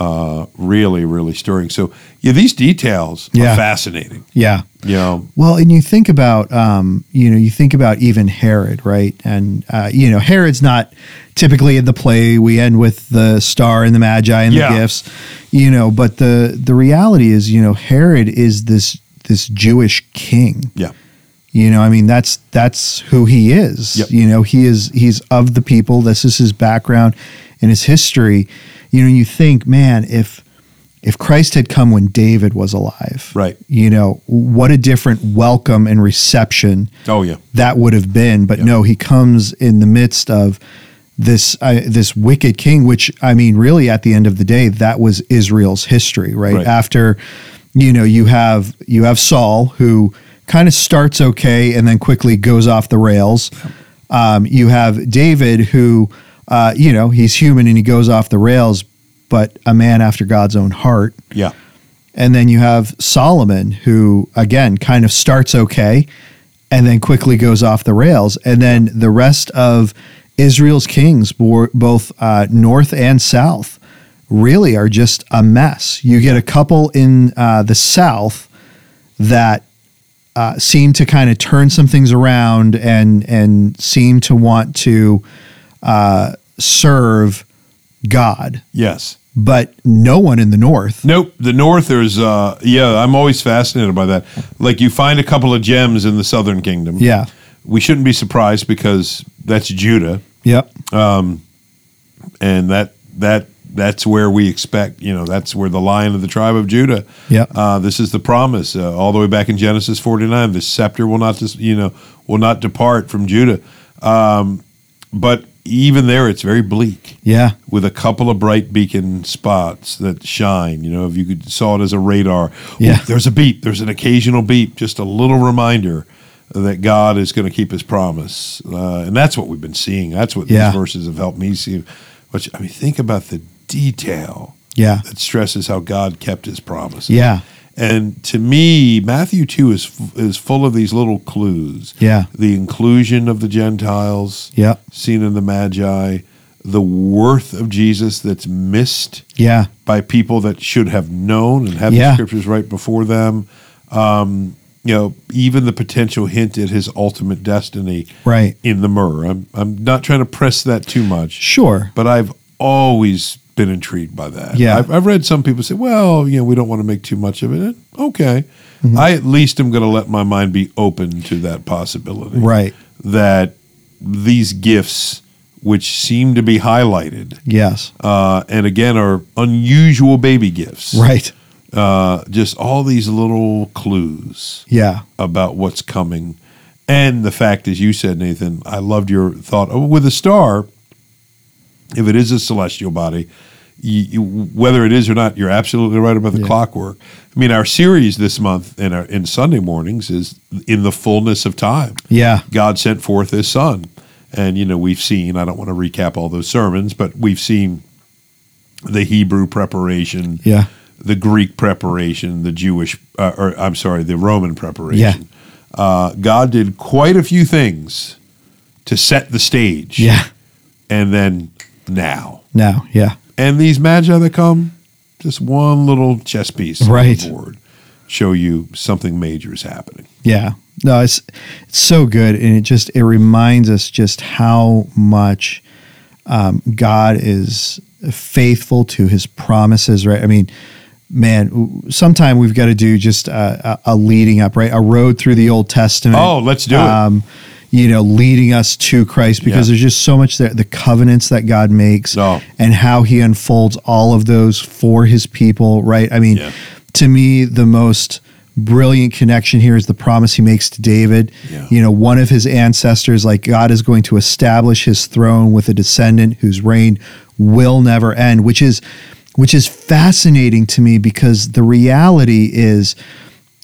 Speaker 2: uh, really, really stirring. So, yeah, these details
Speaker 1: Yeah.
Speaker 2: are fascinating.
Speaker 1: Yeah.
Speaker 2: You know,
Speaker 1: Well, and you think about, um, you know, you think about even Herod, right? And uh, you know, Herod's not typically in the play. We end with the star and the magi and
Speaker 2: Yeah.
Speaker 1: the gifts, you know. But the the reality is, you know, Herod is this this Jewish king.
Speaker 2: yeah,
Speaker 1: You know, I mean, that's that's who he is.
Speaker 2: Yep.
Speaker 1: You know, he is he's of the people. This is his background and his history. You know, you think, man, if if Christ had come when David was alive,
Speaker 2: Right.
Speaker 1: You know, what a different welcome and reception
Speaker 2: oh yeah,
Speaker 1: that would have been. But
Speaker 2: Yep.
Speaker 1: no, he comes in the midst of this uh, this wicked king, which I mean, really, at the end of the day, that was Israel's history, right?
Speaker 2: Right.
Speaker 1: After you know, you have you have Saul who kind of starts okay and then quickly goes off the rails. Um, you have David who, uh, you know, he's human and he goes off the rails, but a man after God's own heart.
Speaker 2: yeah,
Speaker 1: And then you have Solomon, who again kind of starts okay and then quickly goes off the rails. And then the rest of Israel's kings, bo- both uh, north and south, really are just a mess. You get a couple in uh, the south that uh, seem to kind of turn some things around and and seem to want to uh, serve God,
Speaker 2: yes.
Speaker 1: but no one in the north.
Speaker 2: Nope. The North is, uh, yeah, I'm always fascinated by that. Like you find a couple of gems in the Southern Kingdom.
Speaker 1: Yeah.
Speaker 2: We shouldn't be surprised because that's Judah,
Speaker 1: Yep.
Speaker 2: and that that that's where we expect. You know, that's where the lion of the tribe of Judah.
Speaker 1: Yep.
Speaker 2: Uh, this is the promise, uh, all the way back in Genesis 49. The scepter will not, dis- you know, will not depart from Judah. Um, but even there, it's very bleak.
Speaker 1: Yeah.
Speaker 2: with a couple of bright beacon spots that shine. You know, if you could saw it as a radar,
Speaker 1: Yeah.
Speaker 2: "Oh, there's a beep, there's an occasional beep, just a little reminder that God is going to keep His promise, uh, and that's what we've been seeing. That's what
Speaker 1: Yeah.
Speaker 2: these verses have helped me see. Which I mean, think about the detail
Speaker 1: Yeah.
Speaker 2: that stresses how God kept His promise.
Speaker 1: Yeah.
Speaker 2: And to me, Matthew 2 is, is full of these little clues
Speaker 1: Yeah.
Speaker 2: the inclusion of the Gentiles
Speaker 1: Yeah.
Speaker 2: seen in the Magi, the worth of Jesus that's missed
Speaker 1: Yeah.
Speaker 2: by people that should have known and have
Speaker 1: Yeah.
Speaker 2: the scriptures right before them. Um, you know, even the potential hint at his ultimate destiny
Speaker 1: Right.
Speaker 2: in the myrrh. I'm, I'm not trying to press that too much,
Speaker 1: Sure.
Speaker 2: but I've always been intrigued by that.
Speaker 1: Yeah.
Speaker 2: I've, I've read some people say, well, you know, we don't want to make too much of it. Okay.
Speaker 1: Mm-hmm.
Speaker 2: I at least am going to let my mind be open to that possibility
Speaker 1: Right.
Speaker 2: that these gifts, which seem to be highlighted,
Speaker 1: Yes.
Speaker 2: uh, and again are unusual baby gifts,
Speaker 1: Right.
Speaker 2: Uh, just all these little clues
Speaker 1: Yeah.
Speaker 2: about what's coming, and the fact, as you said, Nathan, I loved your thought oh, with a star. If it is a celestial body. You, you, whether it is or not, you're absolutely right about the
Speaker 1: Yeah.
Speaker 2: clockwork. I mean, our series this month and our, in Sunday mornings is in the fullness of time.
Speaker 1: Yeah.
Speaker 2: God sent forth his son. And, you know, we've seen, I don't want to recap all those sermons, but we've seen the Hebrew preparation,
Speaker 1: Yeah.
Speaker 2: the Greek preparation, the Jewish, uh, or I'm sorry, the Roman preparation. Uh, God did quite a few things to set the stage.
Speaker 1: Yeah.
Speaker 2: And then now.
Speaker 1: Now. Yeah.
Speaker 2: And these magi that come, just one little chess piece on the
Speaker 1: Right.
Speaker 2: board show you something major is happening.
Speaker 1: Yeah. No, it's it's so good, and it just it reminds us just how much um, God is faithful to His promises. Right? I mean, man, w- sometime we've got to do just a, a, a leading up, right? A road through the Old Testament.
Speaker 2: Oh, let's do it.
Speaker 1: Um, you know, leading us to Christ because
Speaker 2: Yeah.
Speaker 1: there's just so much there. The covenants that God makes
Speaker 2: No.
Speaker 1: and how He unfolds all of those for His people, right? I mean,
Speaker 2: Yeah.
Speaker 1: to me, the most brilliant connection here is the promise He makes to David.
Speaker 2: Yeah.
Speaker 1: You know, one of his ancestors, like God is going to establish His throne with a descendant whose reign will never end, which is which is fascinating to me because the reality is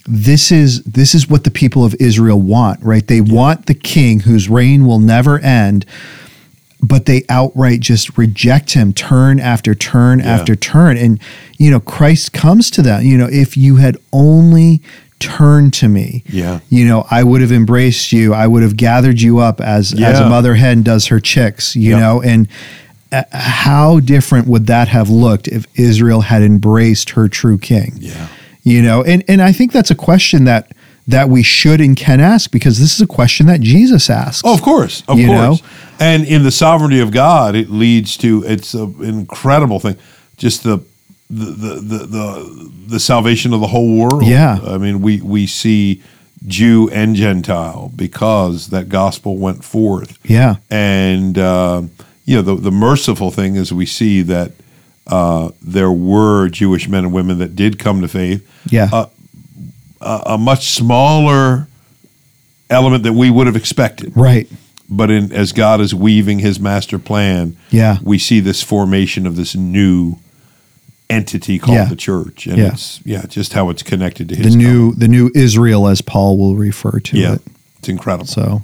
Speaker 1: this is this is what the people of Israel want, right? They want the king whose reign will never end, but they outright just reject him turn after turn after turn. And you know, Christ comes to them, you know, if you had only turned to me.
Speaker 2: Yeah.
Speaker 1: You know, I would have embraced you. I would have gathered you up as as a
Speaker 2: Yeah.
Speaker 1: mother hen does her chicks, you
Speaker 2: Yep.
Speaker 1: know, and uh, how different would that have looked if Israel had embraced her true king?
Speaker 2: Yeah.
Speaker 1: you know and and i think that's a question that that we should and can ask because this is a question that jesus asks
Speaker 2: Oh, of course, of
Speaker 1: You
Speaker 2: course.
Speaker 1: know?
Speaker 2: And in the sovereignty of God, it leads to it's an incredible thing. Just the the, the the the the salvation of the whole world.
Speaker 1: Yeah.
Speaker 2: I mean, we we see Jew and Gentile because that gospel went forth,
Speaker 1: yeah
Speaker 2: and uh, you know the the merciful thing is we see that uh, there were Jewish men and women that did come to faith.
Speaker 1: yeah
Speaker 2: Uh, A, a much smaller element that we would have expected
Speaker 1: right
Speaker 2: but in as God is weaving his master plan,
Speaker 1: yeah
Speaker 2: we see this formation of this new entity called
Speaker 1: Yeah.
Speaker 2: the church. And
Speaker 1: Yeah.
Speaker 2: it's yeah, just how it's connected to
Speaker 1: the
Speaker 2: his
Speaker 1: new the new israel as paul will refer to
Speaker 2: covenant. Yeah.
Speaker 1: it
Speaker 2: It's incredible.
Speaker 1: so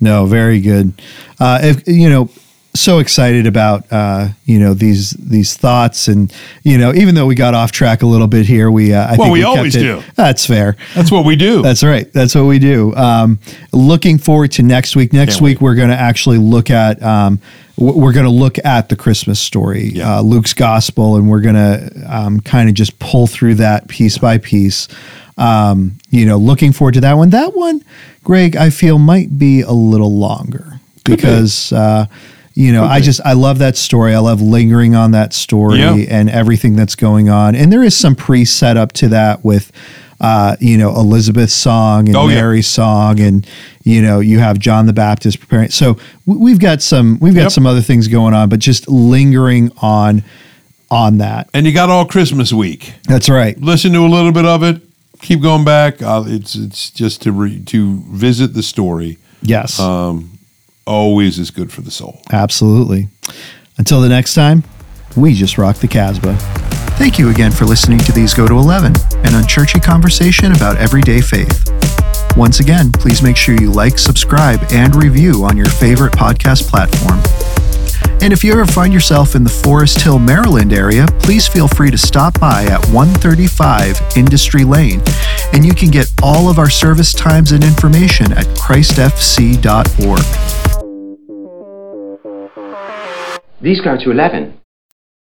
Speaker 1: no very good uh if you know so excited about uh you know these these thoughts and you know even though we got off track a little bit here we uh, I
Speaker 2: Well,
Speaker 1: think
Speaker 2: we
Speaker 1: kept
Speaker 2: always
Speaker 1: it-
Speaker 2: do.
Speaker 1: that's fair
Speaker 2: That's what we do.
Speaker 1: That's right. That's what we do. Um, looking forward to next week. Next
Speaker 2: Can't
Speaker 1: week
Speaker 2: wait.
Speaker 1: we're going to actually look at um, w- we're going to look at the Christmas story,
Speaker 2: Yeah.
Speaker 1: uh, Luke's gospel, and we're going to um, kind of just pull through that piece by piece. Um, you know, looking forward to that one. That one, Greg, I feel might be a little longer
Speaker 2: Could be.
Speaker 1: because. Uh, you know,
Speaker 2: Could
Speaker 1: I
Speaker 2: be.
Speaker 1: just I love that story. I love lingering on that story
Speaker 2: Yeah.
Speaker 1: and everything that's going on. And there is some pre setup to that with, uh, you know, Elizabeth's song and
Speaker 2: Oh, yeah.
Speaker 1: Mary's song, and you know, you have John the Baptist preparing. So w- we've got some we've got
Speaker 2: Yep.
Speaker 1: some other things going on, but just lingering on on that.
Speaker 2: and you got all Christmas week.
Speaker 1: That's right.
Speaker 2: Listen to a little bit of it. Keep going back. Uh, it's it's just to re, to visit the story.
Speaker 1: Yes,
Speaker 2: Um, always is good for the soul.
Speaker 1: absolutely. Until the next time, we just rock the Casbah. Thank you again for listening to These Go to 11, an unchurchy conversation about everyday faith. Once again, please make sure you like, subscribe, and review on your favorite podcast platform. And if you ever find yourself in the Forest Hill, Maryland area, please feel free to stop by at 135 Industry Lane. And you can get all of our service times and information at christfc.org.
Speaker 3: These go to 11.